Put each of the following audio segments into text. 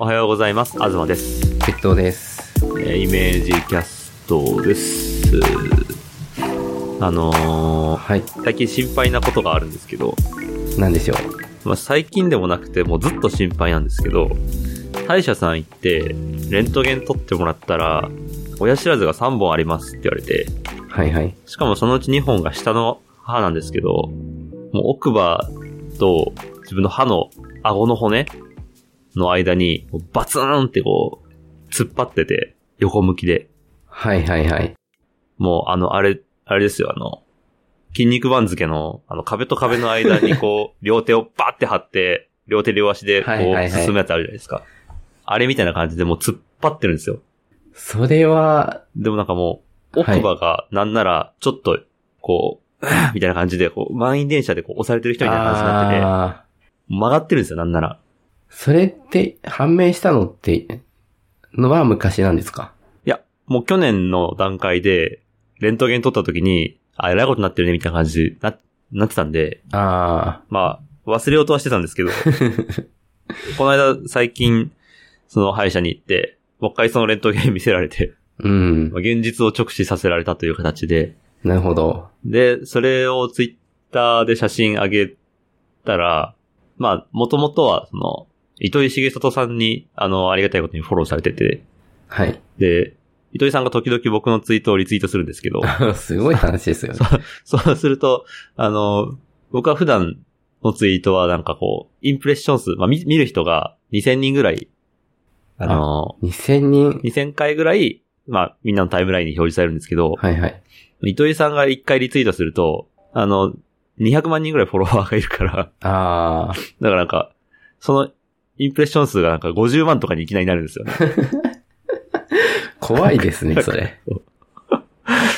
はようございます。東です。決闘です。えーイメージキャストです。あのーはい。最近心配なことがあるんですけど、なんでしょまあ、最近でもなくて、もうずっと心配なんですけど、歯医者さん行って、レントゲン取ってもらったら、親知らずが3本ありますって言われて、う。はいはい。しかもそのうち2本が下の歯なんですけど、もう奥歯と自分の歯の顎の骨の間にバツーンってこう、突っ張ってて、横向きで。はいはいはい。もうあの、あれ、あれですよ、あの、筋肉番付の、あの、壁と壁の間にこ う、両手をバーって張って、両手両足でこはいはいはう、い進むやつあるじゃないですか。あれみたいな感じでもう突っ張ってるんですよ。それは、でもなんかもう、奥歯がなんなら、ちょっと、こう、みたいな感じで、こう、満員電車でこう押されてる人みたいな感じになってあて、曲がってるんですよ、なんなら。ーそれって判明したのって、のは昔なんですかいや、もう去年の段階で、レントゲン撮った時に、あ、えらいことになってるね、みたいな感じにな、なってたんで、あまあ、忘れようとはしてたんですけど、この間最近、その歯医者に行って、もう一回そのレントゲン見せられて、あ、うんま。あ現実を直視させられたという形で、なるほど。で、それをツイッターで写真上げたら、まあ、もともとは、その、糸井重里さんに、あの、ありがたいことにフォローされてて、はい。 で、糸井さんが時々僕のツイートをリツイートするんですけど、すごい話ですよね。そうすると、あの、僕は普段のツイートはなんかこう、インプレッション数、まあ見見る人が2000人ぐらい、あの、 2000人。 2000回ぐらい、まあみんなのタイムラインに表示されるんですけど、はいはい。糸井さんが1回リツイートすると、あの、200万人ぐらいフォロワーがいるから、 あだあ、からなんか、その、インプレッション数がなんか50万とかにいきなりなるんですよ ね。怖いです ね、それ。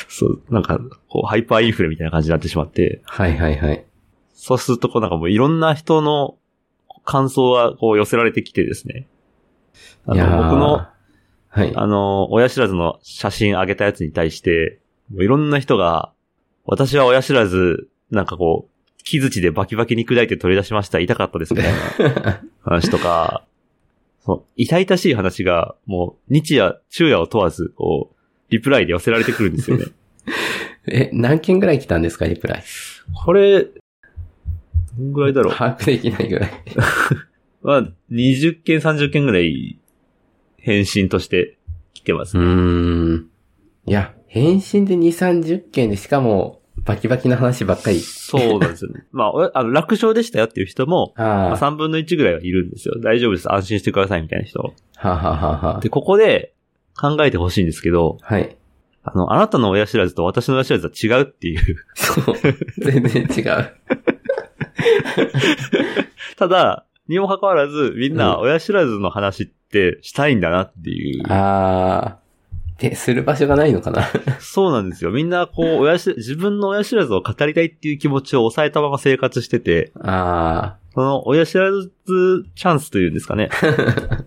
そう、なんか、こう、ハイパーインフレみたいな感じになってしまって、はいはいはい。そうするとこうなんかもういろんな人の感想がこう寄せられてきてですね。あいやの、ー僕の、、はい。あの、親知らずの写真上げたやつに対して、もういろんな人が、私は親知らず、なんかこう、木槌でバキバキに砕いて取り出しました。痛かったですみたいな 話とか、その痛々しい話が、もう、日夜、昼夜を問わず、こう、リプライで寄せられてくるんですよね。え、何件ぐらい来たんですか、リプライ。 これ、どんぐらいだろう。把握できないぐらい。まあ、20件、30件ぐらい、返信として来てますう。ーん。いや、返信で2、30件で、しかも、バキバキの話ばっかり。そうなんですよね。まあおや、あの、楽勝でしたよっていう人も、まああ、3分の1ぐらいはいるんですよ。大丈夫です。安心してくださいみたいな人。あ、はあはあはあはあで、ここで考えてほしいんですけど、はい。あの、あなたの親知らずと私の親知らずは違うっていう。 そう。 全然違う。ただ、にもかかわらず、みんな親知らずの話ってしたいんだなっていう。ああ。で、する場所がないのかなそうなんですよ。みんな、こう、親知自分の親知らずを語りたいっていう気持ちを抑えたまま生活してて、あその親知らずチャンスというんですかね。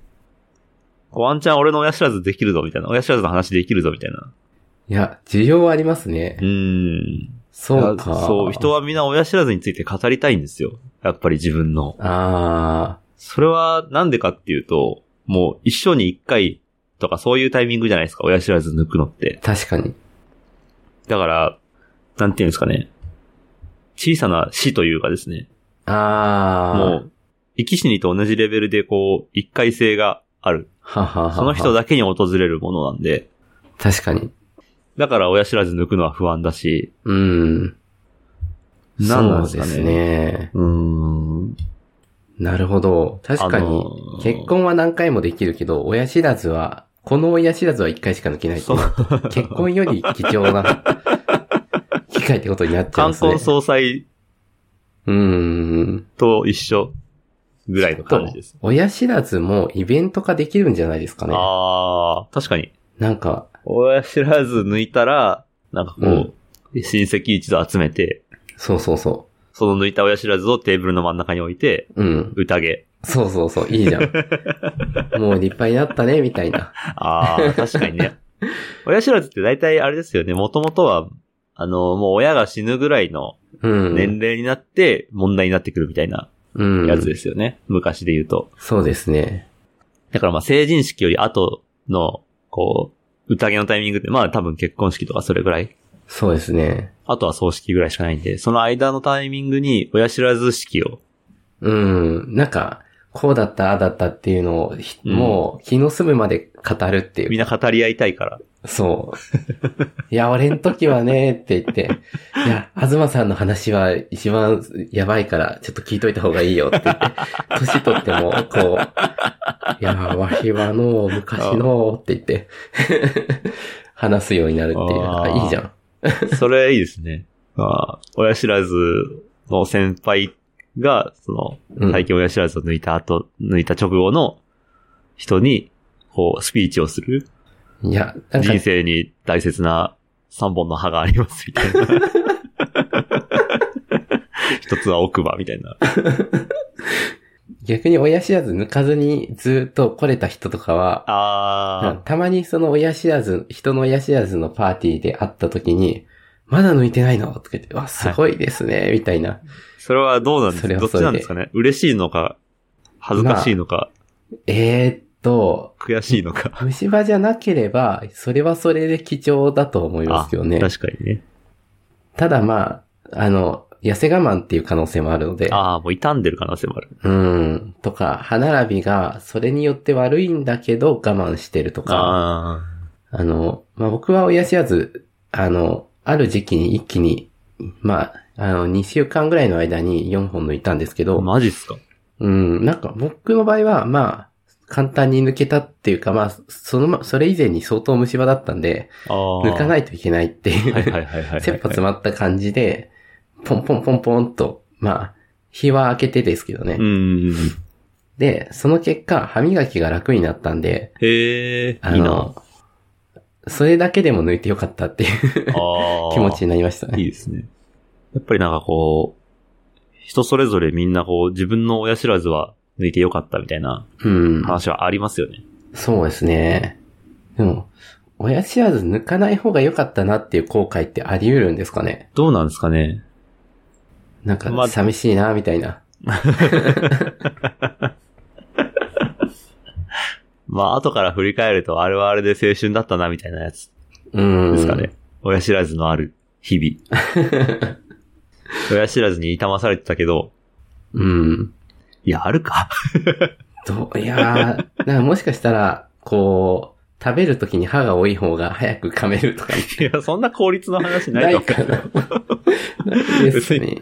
ワンチャン俺の親知らずできるぞみたいな。親知らずの話できるぞみたいな。あ。いや、需要はありますうね。ーん。そうか。そう、人はみんな親知らずについて語りたいんですよ。やっぱり自分の。ああ。それはなんでかっていうと、もう一生に一回とかそういうタイミングじゃないですか、親知らず抜くのって。確かに。だから、なんていうんですかね。小さな死というかですね。ああ。もう、生き死にと同じレベルでこう、一回性がある。はははは。その人だけに訪れるものなんで、確かに。だから親知らず抜くのは不安だし、うん。なんなんですそうかね。ですね。うーん。なるほど。確かあにの、ー結婚は何回もできるけど、親知らずは、この親知らずは一回しか抜けないってそうなると。結婚より貴 重な機会ってことになっちゃう冠んですね。婚葬祭うーん。と一緒ぐらいの感じです。親知らずもイベント化できるんじゃないですかね。ああ、確かに。なんか、親知らず抜いたら、なんかこう、親戚一度集めて、そうそうそその抜いた親知らずをテーブルの真ん中に置いて、う。うん。宴。そうそうそう、いい じゃん。もう立派になったね、みたいな。あ あ、確かにね。親知らずって大体あれですよね、もともとは、あの、もう親が死ぬぐらいのうん。年齢になって問題になってくるみたいなうん。やつですよね。昔で言うと。そうですね。だからまあ成人式より後の、こう、宴のタイミングって、まあ多分結婚式とかそれぐらい。そうですね。あとは葬式ぐらいしかないんで、その間のタイミングに親知らず式を。うん。なんか、こうだった、ああだったっていうのを、ひうんもう、気の済むまで語るっていみう。んな語り合いたいから。そう。 いや、俺ん時はね、って言って、いや、東さんの話は一番やばいから、ちょっと聞いといた方がいいよって言って、 年取っても、 こう、いや、わしはの、昔の、って言って、 話すようになるっていう。ああーいいじゃん。それいいですね。 まあ、親知らずの先輩が、そうんの、最近親知らずを抜いた後、抜いた直後の人に、こう、スピーチをする。いや、なんか人、生に大切な3本の歯があります、みたいな。 一つは奥歯、みたいな。逆に親知らず抜かずにずっと来れた人とかは、うんあたまにその親知らず、人の親知らずのパーティーで会った時に、まだ抜いてないのとか言って、わ、すごいですね、みたいな。ー、それはどうなんですそれかはどっちなんですかね嬉しいのか、恥ずかしいのか、えー、っと、悔しいのか。虫歯じゃなければ、それはそれで貴重だと思いますけどね。確かにね。ただまあ、あの、痩せ我慢っていう可能性もあるので、ああ、もう傷んでる可能性もある。うん、とか、歯並びが、それによって悪いんだけど、我慢してるとか、ああ。あの、まあ、僕は親知らず、あの、ある時期に一気に、まあ、あの、2週間ぐらいの間に4本抜いたんですけど、マジっすかうん、なんか僕の場合は、まあ、簡単に抜けたっていうか、まあ、そのま、それ以前に相当虫歯だったんで、ああ。抜かないといけないっていう、はいはいはいはいはい。 切羽詰まった感じで、ポンポンポンポンと、まあ、日は明けてですけどね。うん。で、その結果、歯磨きが楽になったんで、へえ、あいいな。の、それだけでも抜いてよかったっていうああ。気持ちになりましたね。いいですね。やっぱりなんかこう、人それぞれみんなこう、自分の親知らずは抜いてよかったみたいなうん。話はありますよね。そうですね。でも、親知らず抜かない方が良かったなっていう後悔ってあり得るんですかねどうなんですかねなんかまあ、寂しいな、みたいな。まあ、後から振り返ると、あれはあれで青春だったな、みたいなやつうん。ですかね。。親知らずのある日々。 親知らずに痛まされてたけど、うん。いや、あるか。 どう、いやー、 なんかもしかしたら、こう、食べるときに歯が多い方が早く噛めるとか、いや、そんな効率の話ないなとい思うかな。 ないですね。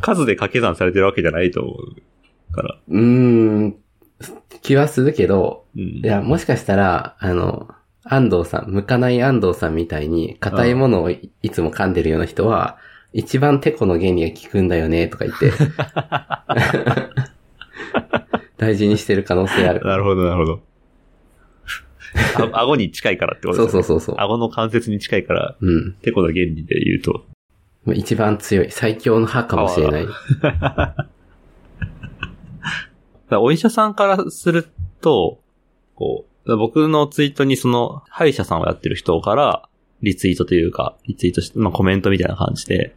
数で掛け算されてるわけじゃないと思うから。うーん。気はするけど、うん。いや、もしかしたら、あの、安藤さん、向かない安藤さんみたいに、硬いものをいいつも噛んでるような人は、一番テコの原理が効くんだよね、とか 言って。大事にしてる可能性ある。なるほど、なるほど。あ顎に近いからってことでそうすそね。うそうそう。顎の関節に近いから、うん。てこの原理で言うと。一番強い、最強の歯かもしれない。だからお医者さんからすると、こう、僕のツイートにその、歯医者さんをやってる人から、リツイートというか、リツイートして、まあコメントみたいな感じで、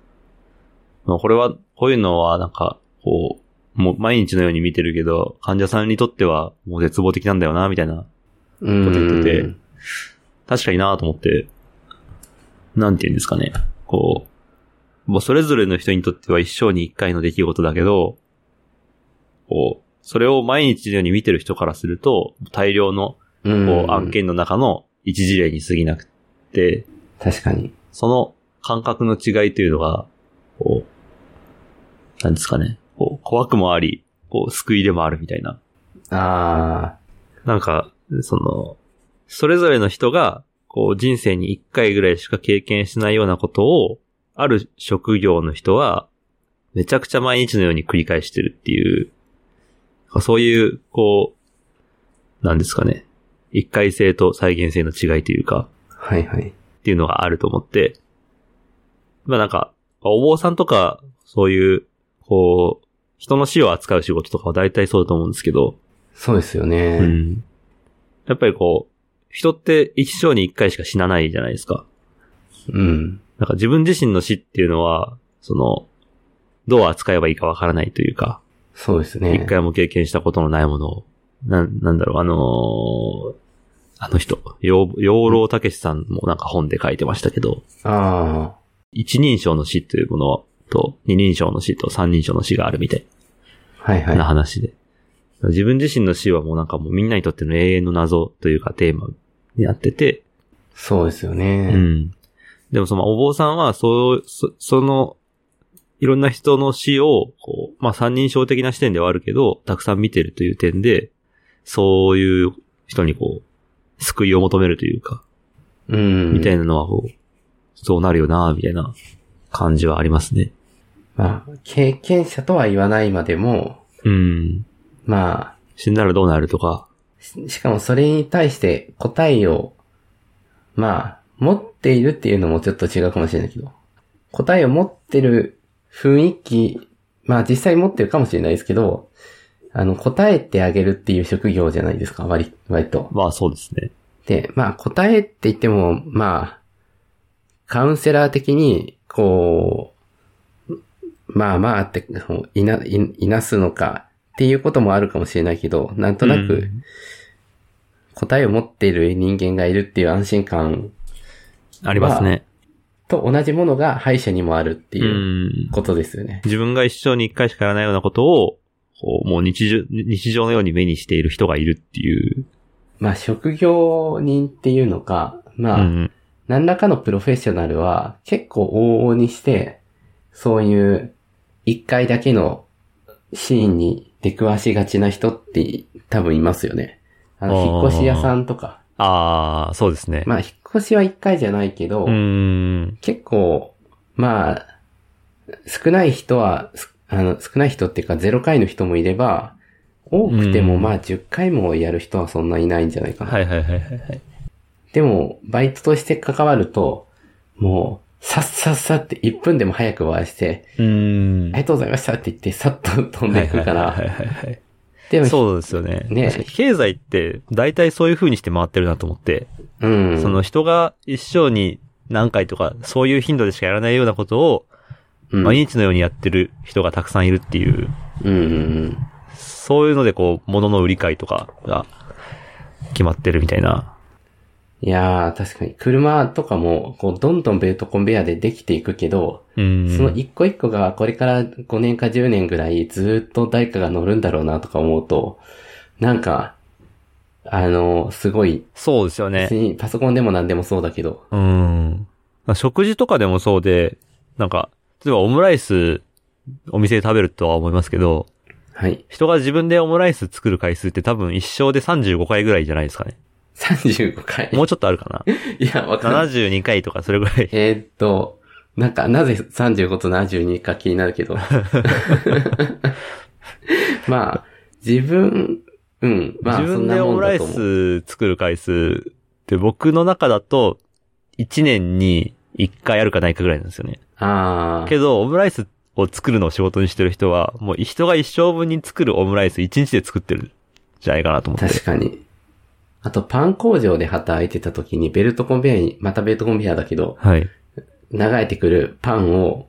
まあこれは、こういうのはなんか、こう、もう毎日のように見てるけど、患者さんにとってはもう絶望的なんだよな、みたいなうこと言っててん。確かになと思って、なんて言うんですかね。こう、もうそれぞれの人にとっては一生に一回の出来事だけど、こう、それを毎日のように見てる人からすると、大量の、うんこう、案件の中の一事例に過ぎなくて、確かに。その感覚の違いというのが、こう、なんですかね。こう、怖くもあり、こう、救いでもあるみたいな。あなんか、その、それぞれの人が、こう人生に一回ぐらいしか経験しないようなことを、ある職業の人は、めちゃくちゃ毎日のように繰り返してるっていう、そういう、こう、なんですかね。一回性と再現性の違いというか、あ。はいはい。っていうのがあると思って、まあなんか、お坊さんとか、そういう、こう、人の死を扱う仕事とかは大体そうだと思うんですけど、そうですようね。ん。やっぱりこう、人って一生に一回しか死なないじゃないですか。うん。なんか自分自身の死っていうのは、その、どう扱えばいいかわからないというか、そうです一、ね。回も経験したことのないものを、な、なんだろう、あのーあの人、養養老たけしさんもなんか本で書いてましたけど、あ一人称の死というものと、二人称の死と三人称の死があるみたいあ。はいはいな。話で。自分自身の死はもうなんかもうみんなにとっての永遠の謎というかテーマになってて、そうですよね。うん。でもそのお坊さんは、そう、そその、いろんな人の死を、こう、まあ三人称的な視点ではあるけど、たくさん見てるという点で、そういう人にこう、救いを求めるというか、うん。みたいなのはこう、そうなるよな、みたいな感じはありますね。まあ、経験者とは言わないまでも、うん。まあ、死んだらどうなるとか、ししかもそれに対して答えを、まあ、持っているっていうのもちょっと違うかもしれないけど、答えを持ってる雰囲気、まあ実際持ってるかもしれないですけど、あの、答えてあげるっていう職業じゃないですか、割、割と。まあそうですね。で、まあ答えって言っても、まあ、カウンセラー的に、こう、まあまあって、こういな、い、いなすのかっていうこともあるかもしれないけど、なんとなうくん答えを持っている人間がいるっていう安心感ありますね。と同じものが歯医者にもあるってう。いうんことですよね。自分が一生に一回しかやらないようなことを、こう、もう日常、日常のように目にしている人がいるっていう。まあ職業人っていうのか、まあ、うん。何らかのプロフェッショナルは結構往々にして、そういう一回だけのシーンに出くわしがちな人って多分いますよね。ああの、ー引っ越し屋さんとか。ああ、そうですね。まあ、引っ越しは一回じゃないけど、うーん。結構、まあ、少ない人は、すあの、少ない人っていうか0回の人もいれば、多くてもうんまあ10回もやる人はそんないないんじゃないかな。はいはいはいはいはい。でも、バイトとして関わると、もう、さっさっさって1分でも早く終わらして、うーん。ありがとうございましたって言って、さっと飛んでいくかはら。いはいはいはいではい。も、そうですよね。ね確かに経済って、大体そういう風にして回ってるなと思って、うん。その人が一生に何回とか、そういう頻度でしかやらないようなことを、うん、毎日のようにやってる人がたくさんいるっていう、うんうんそういうのでこう、物の売り買いとかが決まってるみたいな。いやー、確かに。車とかも、こう、どんどんベルトコンベヤでできていくけど、うん。その一個一個がこれから5年か10年ぐらいずーっと誰かが乗るんだろうなとか思うと、なんか、あの、すごい、そうですよね別。にパソコンでも何でもそうだけど、うん。食事とかでもそうで、なんか、例えばオムライス、お店で食べるとは思いますけど、はい。人が自分でオムライス作る回数って多分一生で35回ぐらいじゃないですかね。 35回。もうちょっとある かないや、わかんない。 ?72 回とかそれぐらい。えーっと、なんか、なぜ35と72か気になる けど。まあ、自分、うん、まあ、自分でそオんムなもラんだイと思う。ス作る回数って僕の中だと1年に1回あるかないかぐらいなんですよね。ああけ、ど、オムライスを作るのを仕事にしてる人は、もう人が一生分に作るオムライス1日で作ってるんじゃないかなと思って。確かに。あと、パン工場で働いてた時に、ベルトコンベヤに、またベルトコンベヤだけど、はい。流れてくるパンを、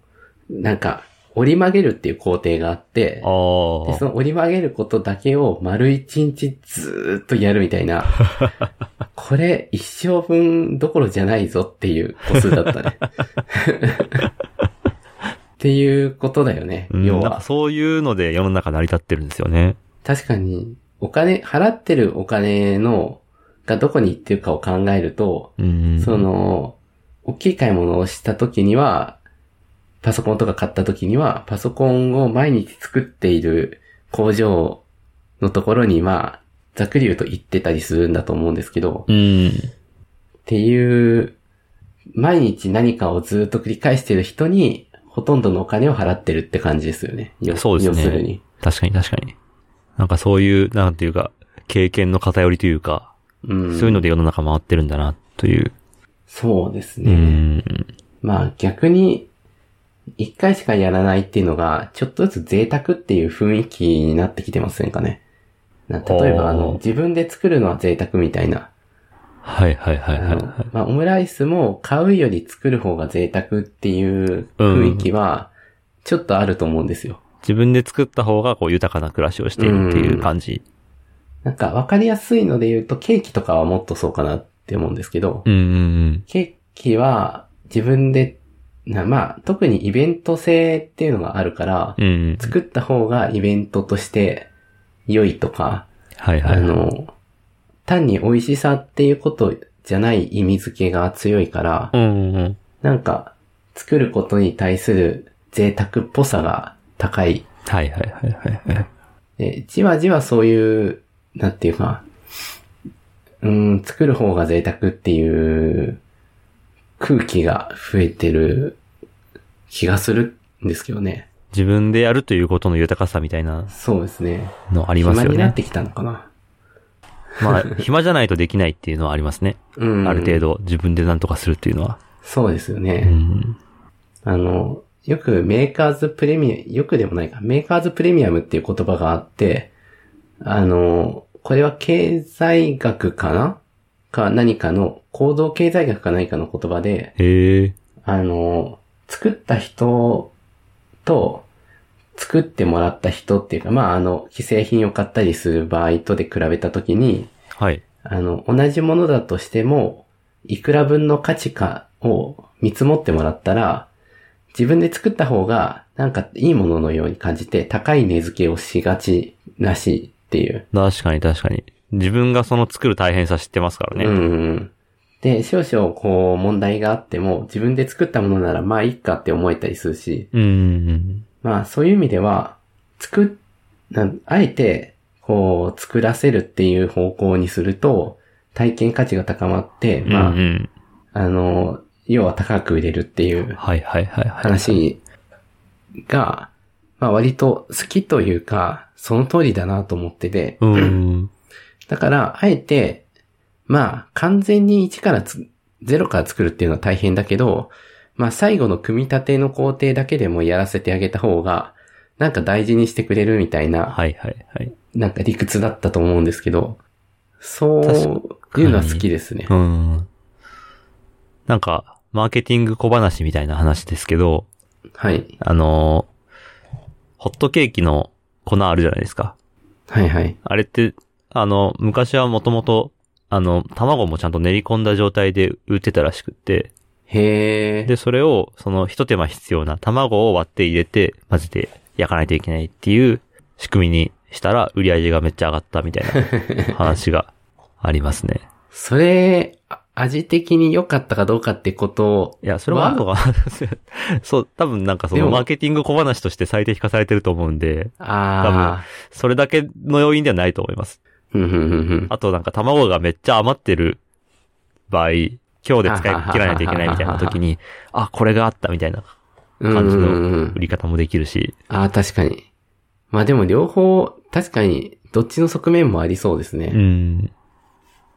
なんか、折り曲げるっていう工程があってあ、あ。でその折り曲げることだけを丸一日ずーっとやるみた いな。これ一生分どころじゃないぞっていう個数だったね。っていうことだよね、うん要なんかは。そういうので世の中成り立ってるんですよね。確かに、お金、払ってるお金の、がどこに行ってるかを考えると、うん。その、大きい買い物をした時には、パソコンとか買った時には、パソコンを毎日作っている工場のところに、まあ、ざっくり言うと行ってたりするんだと思うんですけど、うん。っていう、毎日何かをずっと繰り返している人に、ほとんどのお金を払ってるって感じですよね。よそうですね要するに。確かに確かに。なんかそういう、なんていうか、経験の偏りというか、うん。そういうので世の中回ってるんだな、という。そうですうね。ん。まあ逆に、一回しかやらないっていうのが、ちょっとずつ贅沢っていう雰囲気になってきてませんかね。な例えおーば、あの、自分で作るのは贅沢みたい な。はいはいはいはあいのはい。まあ、オムライスも買うより作る方が贅沢っていう雰囲気は、ちょっとあると思うんですよ。自分で作った方がこう豊かな暮らしをしているっていう感じなんかわかりやすいので言うと、ケーキとかはもっとそうかなって思うんですけど、うんうんケーキは自分で、なまあ、特にイベント性っていうのがあるから、うん。うん。作った方がイベントとして良いとか、はいはあい。の、単に美味しさっていうことじゃない意味付けが強いから、うんうん。なんか、作ることに対する贅沢っぽさが高い。はいはいはいはいはい。でじわじわそういう、なんていうか、うん、作る方が贅沢っていう空気が増えてる気がするんですけどね。自分でやるということの豊かさみたいなそうですね。のありますよ暇になっね。てきたのかな。まあ、暇じゃないとできないっていうのはありますね。うん。ある程。度自分で何とかするっていうのは。そうですようね。ん。あの、よくメーカーズプレミア、よくでもないか、メーカーズプレミアムっていう言葉があって、あの、これは経済学かなか何かの、行動経済学か何かの言葉で、へえ。あの、作った人と、作ってもらった人っていうか、まあ、あの、既製品を買ったりする場合とで比べたときに、はい。あの、同じものだとしても、いくら分の価値かを見積もってもらったら、自分で作った方が、なんかいいもののように感じて、高い値付けをしがちらしいっていう。確かに確かに。自分がその作る大変さ知ってますからね。うんうん。で、少々こう問題があっても、自分で作ったものならまあいいかって思えたりするし、うんうんまあそういう意味では、作っ、なんあえて、こう、作らせるっていう方向にすると、体験価値が高まって、うん。まあ、うんうんあの、要は高く売れるっていうはいはいはいはい。話が、まあ割と好きというか、その通りだなと思ってて、うんうん。だから、あえて、まあ、完全に1からつ、0から作るっていうのは大変だけど、まあ、最後の組み立ての工程だけでもやらせてあげた方が、なんか大事にしてくれるみたいな、はいはいはい。なんか理屈だったと思うんですけど、そういうのは好きですねう。ん。なんか、マーケティング小話みたいな話ですけど、はい。あのーホットケーキの粉あるじゃないですか。はいはい。あれって、あの、昔はもともと、あの、卵もちゃんと練り込んだ状態で売ってたらしくって、へえ。で、それを、その、一手間必要な卵を割って入れて、混ぜて焼かないといけないっていう仕組みにしたら、売り上げがめっちゃ上がったみたいな 話がありますね。それ、あ味的に良かったかどうかってこといや、それもあるのか なそう、多分なんかそでの、もマーケティング小話として最適化されてると思うんで、ああ。それだけの要因ではないと思います。ふんふんふんふん。あとなんか卵がめっちゃ余ってる場合、今日で使い切らないといけないみたいな時 に、あ、これがあったみたいな感じうんうんうのん売り方もできるし、ああ、確かに。まあでも両方、確かに、どっちの側面もありそうですうね。ん。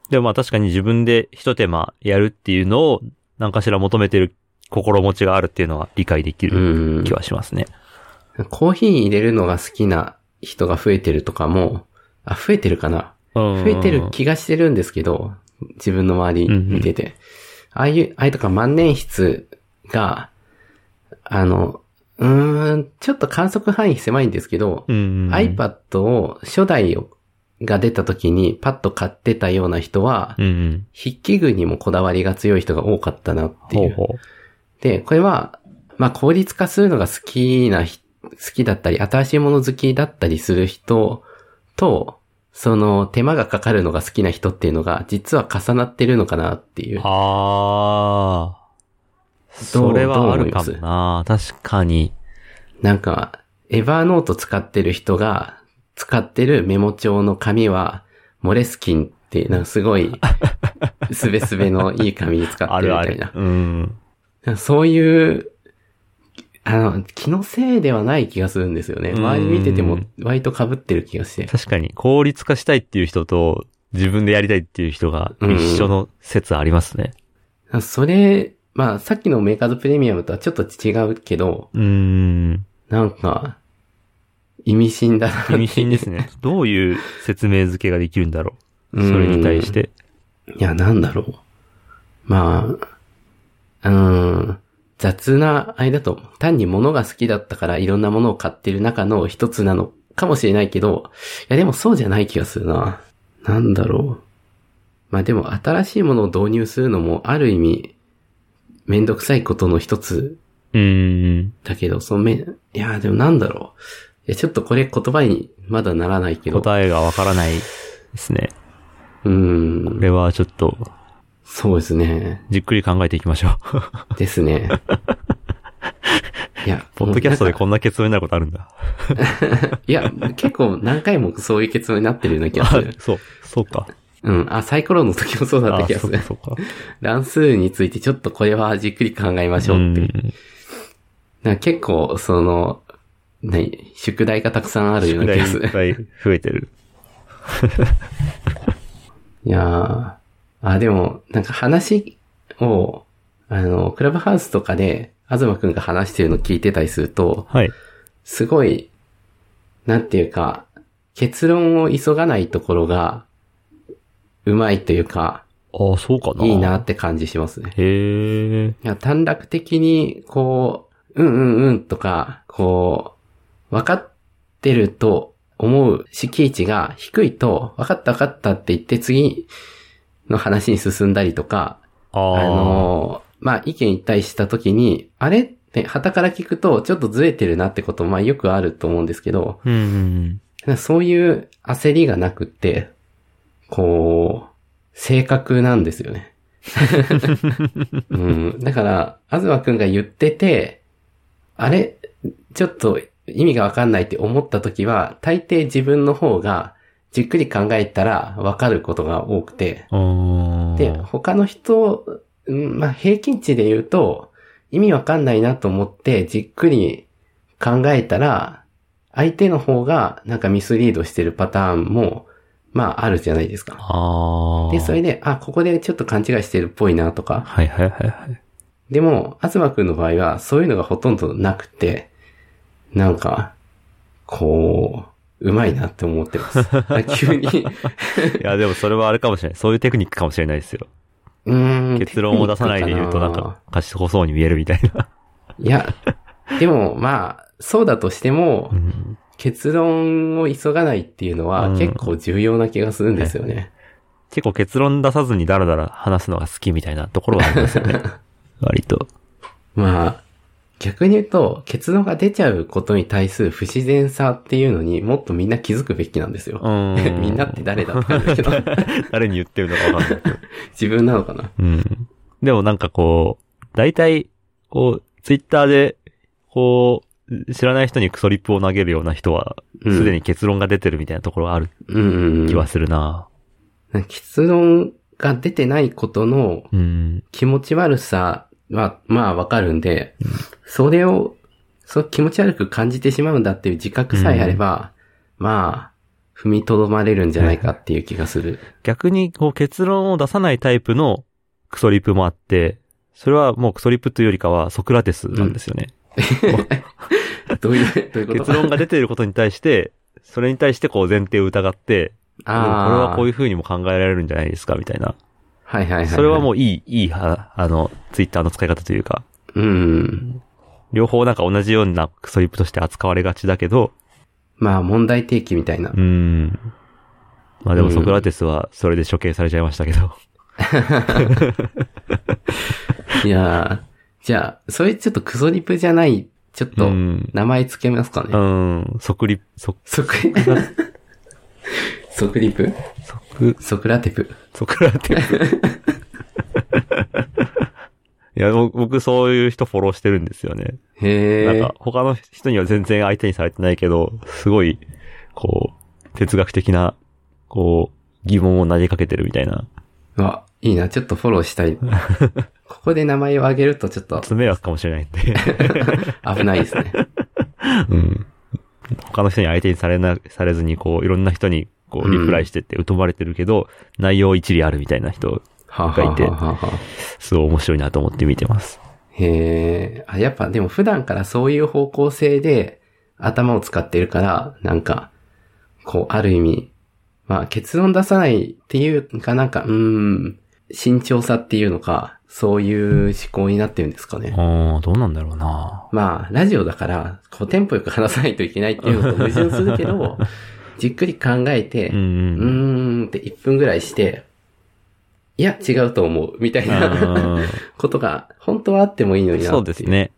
でもまあ確かに自分で一手間やるっていうのを何かしら求めてる心持ちがあるっていうのは理解できうるん。気はしますね。コーヒー入れるのが好きな人が増えてるとかも、あ、増えてるかな増増えてる気がしてるんですけど、自分の周り見てて。ああいう、ああいうとか万年筆が、あの、うーん、ちょっと観測範囲狭いんですけど、うん。 iPad を初代をが出た時にパッと買ってたような人は、うんうん。筆記具にもこだわりが強い人が多かったなっていほうう。ほ。で、これは、まあ効率化するのが好きなひ、好きだったり、新しいもの好きだったりする人と、その手間がかかるのが好きな人っていうのが、実は重なってるのかなっていうう。あー。どうそれはあるかもどうな。確かに。なんか、エヴァーノート使ってる人が、使ってるメモ帳の紙は、モレスキンっていう、なんかす ごい、すべすべのいい紙使っあてるるみあたいなる。。うん。そういう、あの、気のせいではない気がするんですよね。うん周り見てても割と被ってる気がして。確かに、効率化したいっていう人と、自分でやりたいっていう人がうん一緒の説ありますね。それ、まあさっきのメーカーズプレミアムとはちょっと違うけど、うーん。なんか、意味深だなって意味深ですね。どういう説明付けができるんだろう。うんそれに対して。いや、なんだろう。まあ、うーん、雑な、あれだと、単に物が好きだったからいろんなものを買ってる中の一つなのかもしれないけど、いやでもそうじゃない気がするな。なんだろう。まあでも新しいものを導入するのもある意味、めんどくさいことの一つうん。だけど、そのめ、いやでもなんだろう。いやちょっとこれ言葉にまだならないけど。答えがわからないですね。こうん。れはちょっと、そうですね。じっくり考えていきましょう。 ですね。いや、ポッドキャストでもこんな結論になることあるんだ。うなんかいや、結構何回もそういう結論になってるような気 があする。そう、そうか。うん。あ、サイコロの時もそうだったあ気がそすうか、る。そうか。 乱数についてちょっとこれはじっくり考えましょううっていう。ん。なんか結構、その、何、宿題がたくさんあるよう宿な題気いがするっ。ぱい増えてる。いやーあ、でも、なんか話を、あの、クラブハウスとかで、東くんが話してるの聞いてたりすると、はい。すごい、なんていうか、結論を急がないところが、うまいというか、ああ、そうかな。いいな。って感じしますね。へえ。いや、短絡的に、こう、うんうんうんとか、こう、分かってると思う敷地が低いと、分かった分かったって言って次の話に進んだりとか、あああ。のー、まあ、意見一体した時に、あれって、旗から聞くとちょっとずれてるなってこと、まあ、よくあると思うんですけど、うんうんそういう焦りがなくって、こう、正確なんですよね。うん、だから、あずまくんが言ってて、あれちょっと意味がわかんないって思った時は、大抵自分の方がじっくり考えたらわかることが多くて、うん。あーで、他の人、うんまあ、平均値で言うと、意味わかんないなと思って、じっくり考えたら、相手の方がなんかミスリードしてるパターンも、まああるじゃないですか。ああ。で、それで、あ、ここでちょっと勘違いしてるっぽいなとか。はいはいはいはい。でも、あずまくんの場合は、そういうのがほとんどなくて、なんか、こう、うまいなって思っ てます。急に、いや、でもそれはあれかもしれない。そういうテクニックかもしれないですよ。うーん。結論を出さないで言うとなんか、賢そうに見えるみたいな。いや、でもまあ、そうだとしてもう、ん結論を急がないっていうのはうん結構重要な気がするんですよね。結構結論出さずにダラダラ話すのが好きみたいなところはありますよ ね。割と。まあ、逆に言うと、結論が出ちゃうことに対する不自然さっていうのにもっとみんな気づくべきなんですよ。うん。 みんなって誰だって感じだけど、 誰に言ってるのかわかんないけど。自分なのかな。うん。でもなんかこう、大体、こう、ツイッターで、こう、知らない人にクソリップを投げるような人は、うんすでに結論が出てるみたいなところがあるうんうん気うはん。するな結論が出てないことのうん。気持ち悪さは、まあわかるんで、それを、そう気持ち悪く感じてしまうんだっていう自覚さえあれば、まあ、踏みとどまれるんじゃないかっていう気が する。逆に、こう、結論を出さないタイプのクソリップもあって、それはもうクソリップというよりかはソクラテスなんですよね。どういう、どういうこと結論が出ていることに対して、それに対してこう前提を疑って、でもこれああ。。はこういうう風にも考えられるんじゃないですか、みたいな。はいはいはい。それはもう。ういい、いいは、あの、ツイッターの使い方というか、うん。両方なんか同じようなクソリップとして扱われがちだけど、まあ問題提起みたいなう。ーん。まあでもソクラテスはそれで処刑されちゃいましたけど。いやーじゃあ、それちょっとクソリプじゃない、ちょっうと、ん。名前つけますかうね。ん。ソクリ、ソ、ソク リ、ソクリプソク、ソクラテプ。ソクラテ ス。いや、僕僕そういう人フォローしてるんですよね。へなんえか。他の人には全然相手にされてないけど、すごい、こう、哲学的な、こう、疑問を投げかけてるみたいな。うわ、いいな、ちょっとフォローしたい。ここで名前を挙げるとちょっとちょっと迷惑かもしれないん で。危ないですね。うん。他の人に相手にされな、されずに、こう、いろんな人に、こうう、んリプライしてって疎まれてるけど、内容一理あるみたいな人、はあ、はあはあはあ、すごい面白いなと思って見てます。へえ、あ、やっぱでも普段からそういう方向性で頭を使ってるから、なんか、こう、ある意味、まあ結論出さないっていうかなんか、うーん、慎重さっていうのか、そういう思考になってるんですかね。ああ、どうなんだろうなまあ、ラジオだから、こう、テンポよく話さないといけないっていうのと矛盾するけど、じっくり考えて、うんううん。ーんって1分ぐらいして、いや、違うと思う、みたいなあーことが、本当はあってもいいのにな。そうです。ね。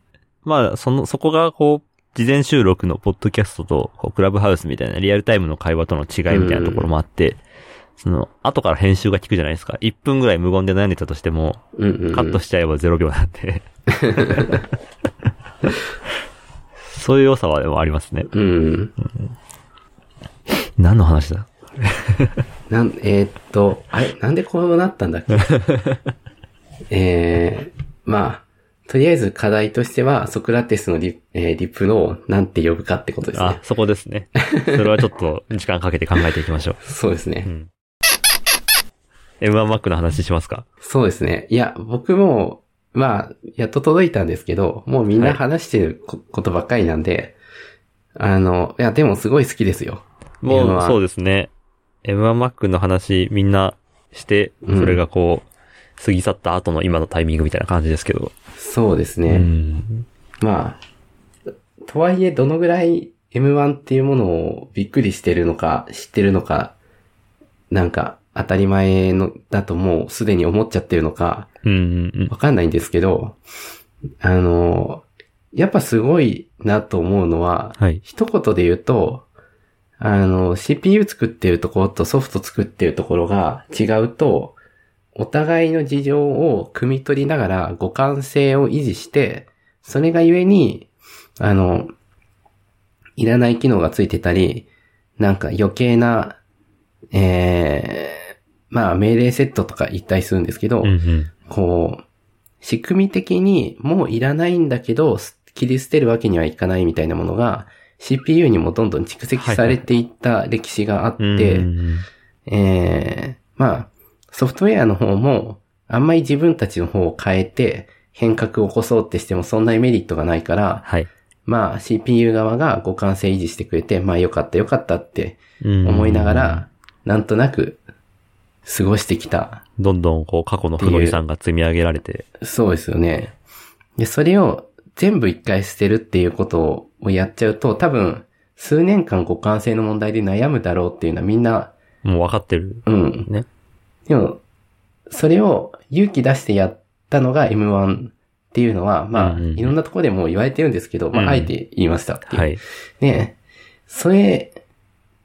まあ、その、そこが、こう、事前収録のポッドキャストと、こうクラブハウスみたいな、リアルタイムの会話との違いみたいなところもあって、その、後から編集が効くじゃないですか。1分ぐらい無言で悩んでたとしても、うんうんうん、カットしちゃえば0秒なんで。そういう良さはでもありますね。うん。何の話だなん、えーっと、あれ、なんでこうなったんだ っけえー、まあ、とりあえず課題としては、ソクラテスのリ,、えーリプのをなんて呼ぶかってことですあね、。そこですね。それはちょっと時間かけて考えていきましょう。そうですね。うん。M1 マックの話しますかそうですね。いや、僕も、まあ、やっと届いたんですけど、もうみんはない話してるこことばっかりなんで、あの、いや、でもすごい好きですよ。もう、 M1 そうですね。M1 マックの話みんなして、そうんれがこう、過ぎ去った後の今のタイミングみたいな感じですけど。そうですうね。ん。まあ、とはいえ、どのぐらい M1 っていうものをびっくりしてるのか、知ってるのか、なんか、当たり前の、だともうすでに思っちゃってるのか、うんうんわかんないんですけど、あの、やっぱすごいなと思うのは、はい一言で言うと、あの、CPU 作ってるところとソフト作ってるところが違うと、お互いの事情を汲み取りながら互換性を維持して、それがゆえに、あの、いらない機能がついてたり、なんか余計な、えー、まあ命令セットとか言ったりするんですけうど、ん。うんうん。こう、仕組み的にもういらないんだけど、す切り捨てるわけにはいかないみたいなものが、CPU にもどんどん蓄積されていった歴史があって、うんうんうんえーまあ、ソフトウェアの方も、あんまり自分たちの方を変えて、変革を起こそうってしてもそんなにメリットがないから、はい。まあ CPU 側が互換性維持してくれて、まあよかったよかったって思思いなが、ら、なんとなく過ごしてきたどんどんこう過去の負の遺産が積み上げられて、そうですよね。で、それを全部一回捨てるっていうことをやっちゃうと、多分、数年間互換性の問題で悩むだろうっていうのはみんな、もう分かってる。うん。ね。でも、それを勇気出してやったのが M1 っていうのは、まあ、うんうんいろんなところでもう言われてるんですけど、まうんあ、あえて言いましたっていう。はい。ねそれ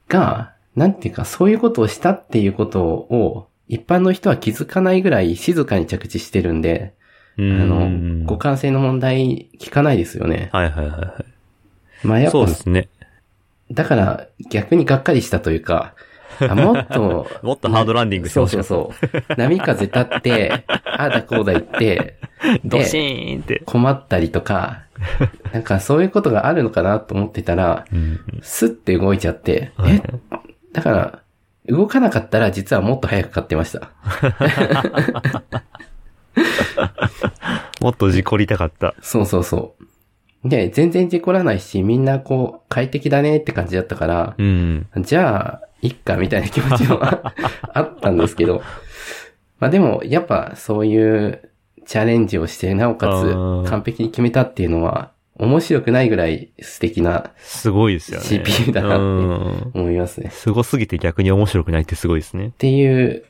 が、なんていうか、そういうことをしたっていうことを、一般の人は気づかないぐらい静かに着地してるんで、ああの、互換性の問題聞かないですよね。はいはいはいはまあやい。っぱそう、ですね。だから逆にがっかりしたというか、あもっと、もっとハードランディングしてそうほしそかうった。そう。波風立って、ああだこうだ言って、ドシで、ーンって。困ったりとか、なんかそういうことがあるのかなと思ってたら、うんスッて動いちゃって、はいえだから、動かなかったら実はもっと早く買ってました。もっと事故りたかった。そうそうそう。で、全然事故らないし、みんなこう、快適だねって感じだったから、うん。じゃあ、いっか、みたいな気持ちも あったんですけど。まあでも、やっぱそういうチャレンジをして、なおかあーつ完璧に決めたっていうのは、面白くないぐらい素敵なすごいですよね。 CPU だなってうん思いますね。っすごすぎて逆に面白くないってすごいですね。ていう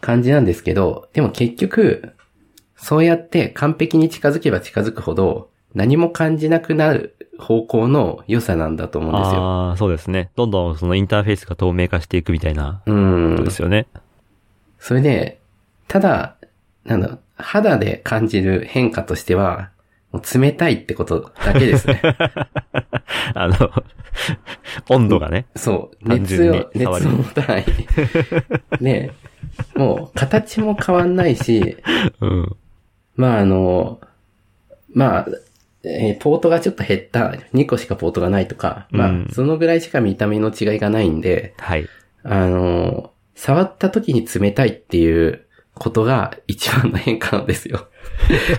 感じなんですけど、でも結局、そうやって完璧に近づけば近づくほど、何も感じなくなる方向の良さなんだと思うんですよ。ああ、そうですね。どんどんそのインターフェースが透明化していくみたいなうんこと。ですよね。それで、ただ、なんだろう、肌で感じる変化としては、もう冷たいってことだけで すね。 あの、温度がね。そう。単熱純にを、熱触をり持たない。ねもう、形も変わんないし、うん。まああの、まあ、えーポートがちょっと減った、2個しかポートがないとか、まあ、うんそのぐらいしか見た目の違いがないんで、はい。あの、触った時に冷たいっていうことが一番の変化なんです よ。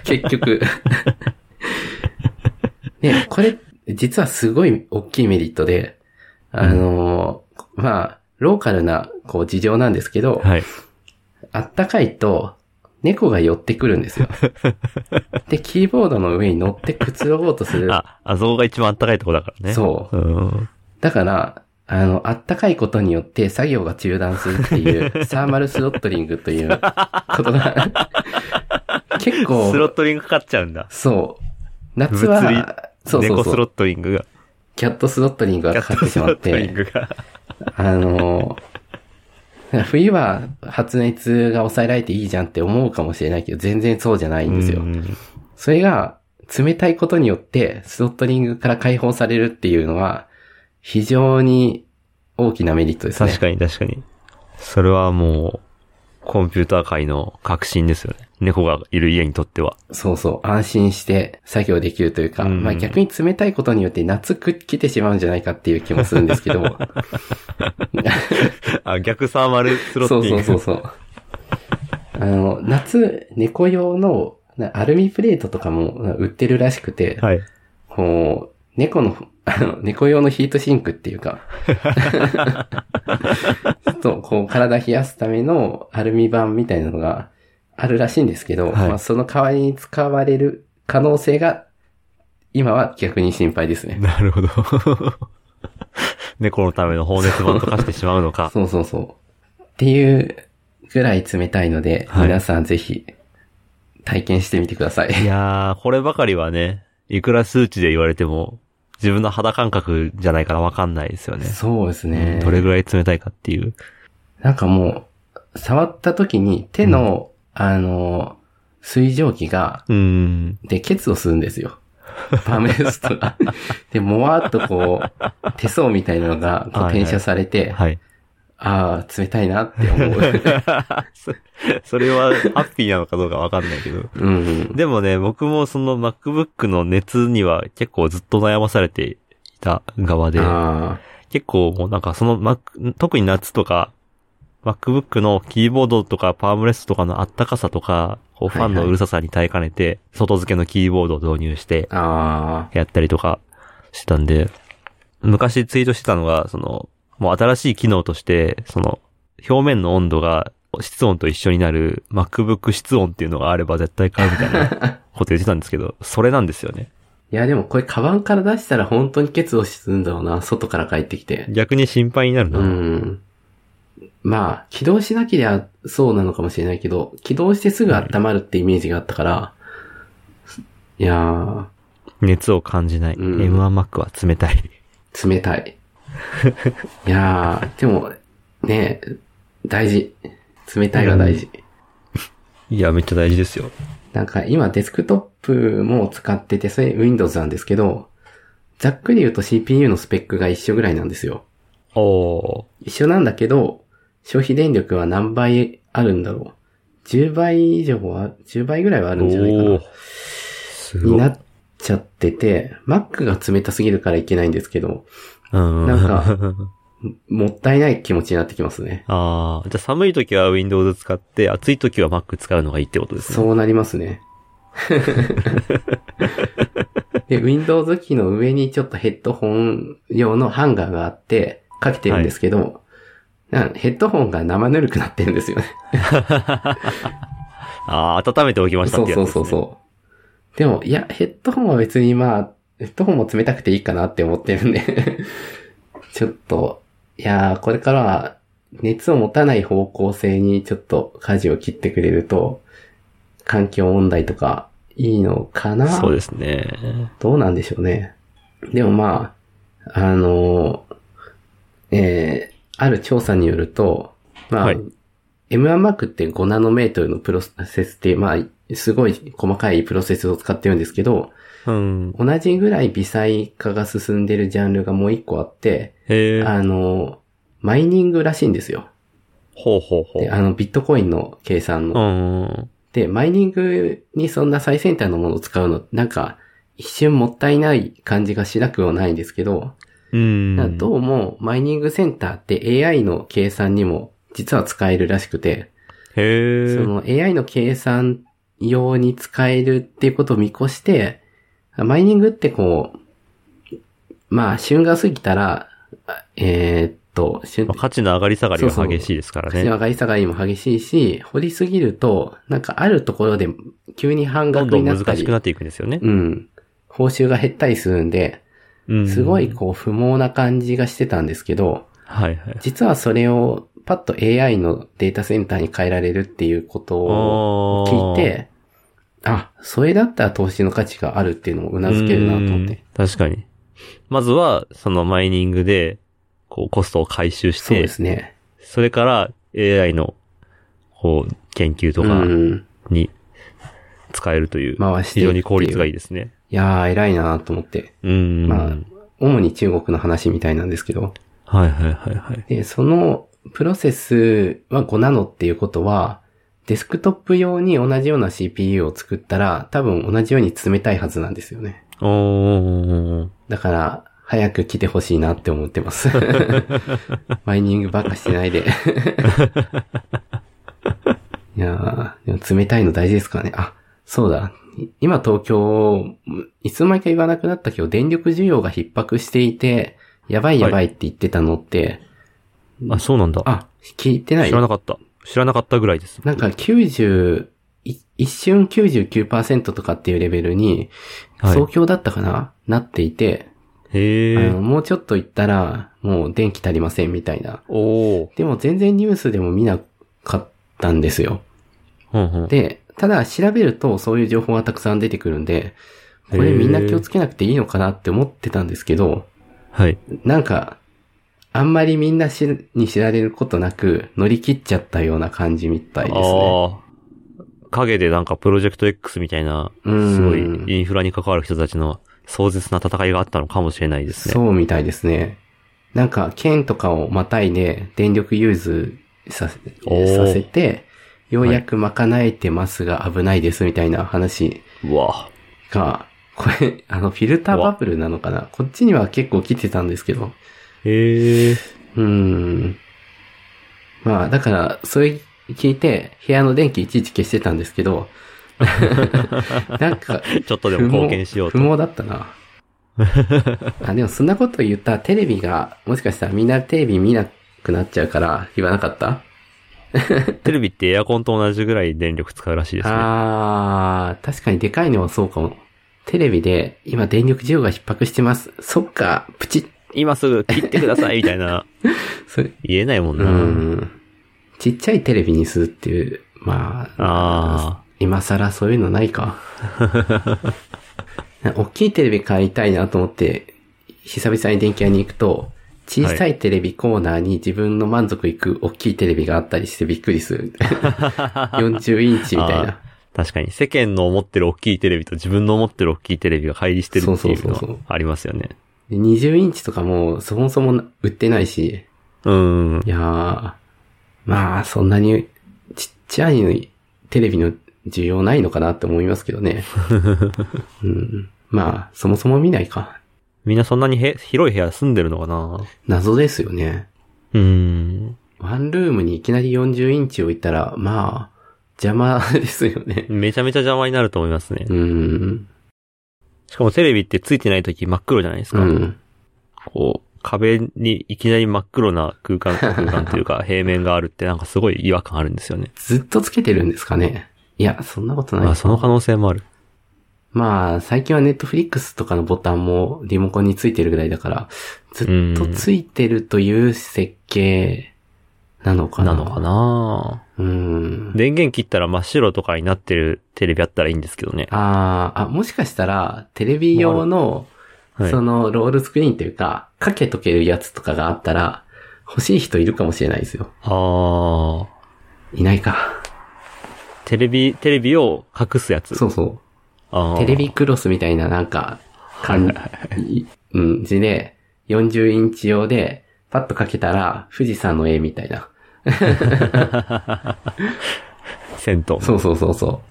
結局。ね、これ、実はすごい大きいメリットで、あの、まあ、ローカルな、こう、事情なんですけど、はい。あったかいと、猫が寄ってくるん ですよ。で、キーボードの上に乗ってくつろごうとする。あ、あそこが一番暖かいとこだからね。そう。うん。だから、あの、あったかいことによって作業が中断するっ ていう、サーマルスロットリングということが、 結構ス、ロットリングかかっちゃうんだ。そう。夏物理は、そうそう猫そスロッう。トリングが。キャットスロットリングがキャかかッっトてしスロまっットリンて、グが。あの、冬は発熱が抑えられていいじゃんって思うかもしれないけど、全然そうじゃないんですよ。うんそれが、冷たいことによって、スロットリングから解放されるっていうのは、非常に大きなメリットですね。確かに確かに。それはもう、コンピューター界の革新ですよね。猫がいる家にとっては。そうそう、安心して作業できるというか、うんまあ逆に冷たいことによって夏くっきてしまうんじゃないかっていう気もするんですけ ど、あ、逆サーマルスロッそトうリンそグ。うそうそう。あの、夏、猫用のなアルミプレートとかもな売ってるらしくて、はい。こう、猫の、あの、猫用のヒートシンクってい うか、そう、こう、体冷やすためのアルミ板みたいなのがあるらしいんですけど、はいまあ、その代わりに使われる可能性が、今は逆に心配ですね。 なるほど。猫のための放熱板と化してしまうの か。そうそうそう。っていうぐらい冷たいので、はい皆さんぜひ、体験してみてください。いやー、こればかりはね、いくら数値で言われても、自分の肌感覚じゃないからわかんないですよね。そうですね。どれぐらい冷たいかっていう。なんかもう、触った時に手の、あの、水蒸気が、うーん。で、ケツを吸うんで すよ。パーメストが。で、もわーっとこう、手相みたいなのがこうはいはい転写されて、はい。ああ、冷たいなって思う。 そそれはハッピーなのかどうかわかんないけど。うんうん。でもね、僕もその MacBook の熱には結構ずっと悩まされていた側で、あ結構もうなんかその Mac、特に夏とか、MacBook のキーボードとかパームレストとかのあったかさとか、こうファンのうるささに耐えかねて、外付けのキーボードを導入してあ、あやったりとかしてたんで、昔ツイートしてたのが、その、もう新しい機能として、その、表面の温度が室温と一緒になる MacBook 室温っていうのがあれば絶対買うみたい なあ。こと言ってたんですけど、それなんですよね。いや、でもこれ、カバンから出したら本当にケツを吸うんだろうな、外から帰ってきて。逆に心配になるな。うん。まあ、起動しなけりゃそうなのかもしれないけど、起動してすぐ温まるってイメージがあったから、いやー、熱を感じない。うん M1Mac は冷たい。冷たい。いやー、でも、ね大事。冷たいは大事。いや、めっちゃ大事ですよ。なんか今デスクトップも使ってて、それ Windows なんですけど、ざっくり言うと CPU のスペックが一緒ぐらいなんですよ。おお一緒なんだけど、消費電力は何倍あるんだろう。10倍以上は、10倍ぐらいはー。あるんじゃないかなおー。すにご。ないっちゃってて、Mac が冷たすぎるからいけないんですけど、うんなんもったいない気持ちになってきますね。 ああ、じゃあ寒い時は Windows 使って、暑い時は Mac 使うのがいいってことですね。そうなりま すね。で、Windows 機の上にちょっとヘッドホン用のハンガーがあって、かけてるんですけど、なんヘッドホンが生ぬるくなってるんですよね。ああ、温めておきましたそっうてやつでそす、ね。うそうそう。でも、いや、ヘッドホンは別にまあ、ヘッドホンも冷たくていいかなって思ってるんで、 ちょっと、いやー、これからは熱を持たない方向性にちょっと舵を切ってくれると、環境問題とかいいのかなそうですね。どうなんでしょうね。でもまあ、あの、えー、ある調査によると、まあ、はい M1 マークって5ナノメートルのプロセスっていう、まあ、すごい細かいプロセスを使ってるんですけど、うん。同じぐらい微細化が進んでるジャンルがもう一個あって、へえ。あの、マイニングらしいんですよ。ほうほうほであの、ビットコインの計算の。う。うん。で、マイニングにそんな最先端のものを使うの、なんか、一瞬もったいない感じがしなくはないんですけど、うん。なんかどうも、マイニングセンターって AI の計算にも実は使えるらしくて、へえ。その AI の計算用に使えるっていうことを見越して、マイニングってこう、まあ、旬が過ぎたら、あえーっと、旬まあ価値の上がり下がりが激しいですからね。口の上がり下がりも激しいし、掘りすぎると、なんかあるところで急に半どん額どにんなった難りしく、なっていくんですよね。うん。報酬が減ったりするんで、うんすごいこう不毛な感じがしてたんですけど、はいはい。実はそれをパッと AI のデータセンターに変えられるっていうことを聞いて、あ、それだったら投資の価値があるっていうのもうあー、なずけるなと思って。うん確かに。まずは、そのマイニングで、こう、コストを回収しそうてで、すね。それから AI の、こう、研究とうかん。に使えるという、回して非いく常っていうに効率がいいですね。いやー、偉いなと思って。うん。まあ主に中国の話みたいなんですけど。はいはいはいはい。で、そのプロセスは5ナノっていうことは、デスクトップ用に同じような CPU を作ったら、多分同じように冷たいはずなんですよね。おー。だから、早く来てほしいなって思っ てます。マイニングばっかしてないで。いやーでも冷たいの大事ですからね。あ、そうだ。い今東京、いつの間にか言わなくなったけど、電力需要が逼迫していて、やばいやばいって言ってたのって、あ、そうなんだ。あ、聞いてない知らなかった。知らなかったぐらいです。なんか90、い一瞬99%とかっていうレベルに、はい東京だったかな、なっていて、へあえの。もうちょっと行ったら、もう電気足りませんみたいな。おー。でも全然ニュースでも見なかったんですよ。ほんほん。で、ただ調べるとそういう情報がたくさん出てくるんで、こへれーみんな気をつけなくていいのかなって思ってたんですけど、はい。なんか、あんまりみんなしに知られることなく乗り切っちゃったような感じみたいですね。ああ。影でなんかプロジェクト X みたいな、うんすごいインフラに関わる人たちの壮絶な戦いがあったのかもしれないですね。そうみたいですね。なんか、県とかをまたいで電力融通させおーさせて、ようやく賄えてますが危ないですみたいな話うわ。が、これ、あの、フィルターバブルなのかなこっちには結構来てたんですけど。へえ。うーん。まあ、だから、それ聞いて、部屋の電気いちいち消してたんです けど、なんか、ちょっとでも貢献しようと。不毛だっ たな。あ、でもそんなこと言ったらテレビが、もしかしたらみんなテレビ見なくなっちゃうから言わなかったテレビってエアコンと同じぐらい電力使うらしいですね。あー、確かにでかいのはそうかも。テレビで、今電力需要が逼迫してます。そっか、プチッ。今すぐ切ってくださいみたい な、それ言えないもんうな。ん。ちっちゃいテレビにするっていう、まあ、あ今更そういうのないか。 大きいテレビ買いたいなと思って、久々に電気屋に行くと、小さいテレビコーナーに自分の満足いく大きいテレビがあったりしてびっくり する。40インチみたいあな。あ。確かに世間の思ってる大きいテレビと自分の思ってる大きいテレビが乖離してるっていうのそうそうそうそはうありますよね。で20インチとかもそもそも売ってないし、うんい。やー、まあそんなにちっちゃいテレビの需要ないのかなって思いますけ どね。うん、まあそもそも見ないか。みんなそんなにへ広い部屋住んでるのかな謎ですよね。うん。ワンルームにいきなり40インチ置いたら、まあ、邪魔ですよね。めちゃめちゃ邪魔になると思いますねう。ん。しかもテレビってついてない時真っ黒じゃないですうか。ん。こう、壁にいきなり真っ黒な空間、空間という か平面があるってなんかすごい違和感あるんですよね。ずっとつけてるんですかね。いや、そんなことない。まあその可能性もある。まあ、最近はネットフリックスとかのボタンもリモコンについてるぐらいだから、ずっとついてるという設計なのかな。なのかなうん。電源切ったら真っ白とかになってるテレビあったらいいんですけどね。あーあ、もしかしたら、テレビ用の、はいその、ロールスクリーンというか、かけとけるやつとかがあったら、欲しい人いるかもしれないですよ。ああ。いないか。テレビ、テレビを隠すやつ。そうそあう。ーテレビクロスみたいななんか、はい感じ、うん、字で、40インチ用で、パッとかけたら、富士山の絵みたいな。銭湯。そうそうそうそ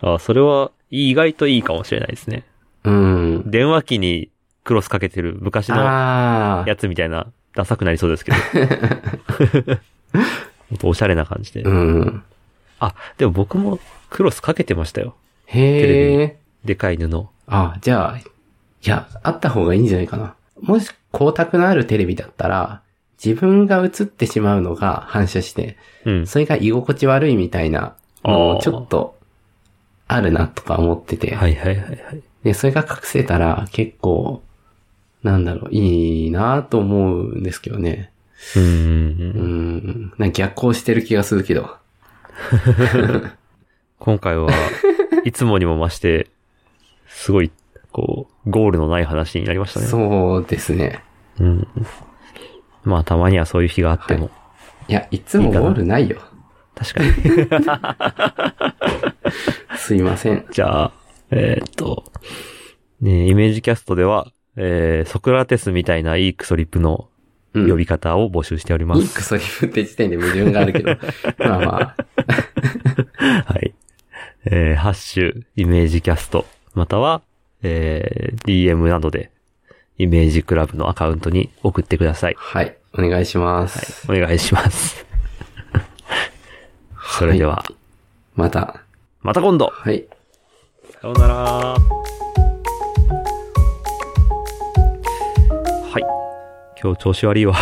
あーそれは意外といいかもしれないですね。う。うん。電話機にクロスかけてる昔のああや、つみたいな、ダサくなりそうですけ ど。 もっとおしゃれな感じでう。ん。あ、でも僕もクロスかけてましたよ。へえ。でかい布。あ、じゃあ、いや、あった方がいいんじゃないかな。もし光沢のあるテレビだったら、自分が映ってしまうのが反射して、うん。それが居心地悪いみたいなのあをーちょっとあるなとか思ってて、はいはいはいはい。で、それが隠せたら結構、なんだろう、いいなと思うんですけどね。うんう。ん。なんか逆行してる気がするけど。今回 は、いつもにも増して、すごい、こう、ゴールのない話になりましたね。そうですね。う。ん。まあ、たまにはそういう日があっても。いや、いつもいいゴかなールないよ。確かに。 すいません。じゃあ、えーっと、ね、イメージキャストでは、えー、ソクラテスみたいないいクソリップのうん。呼び方を募集しておりまいいす。クソリフって時点で矛盾があるけど。まあまあ。はい。えー、ハッシュ、イメージキャスト、または、えー、DM などで、イメージクラブのアカウントに送ってください。はい。お願いします。お願いします。 それでは、また。また今度はい。さようならはい。今日調子悪いわ。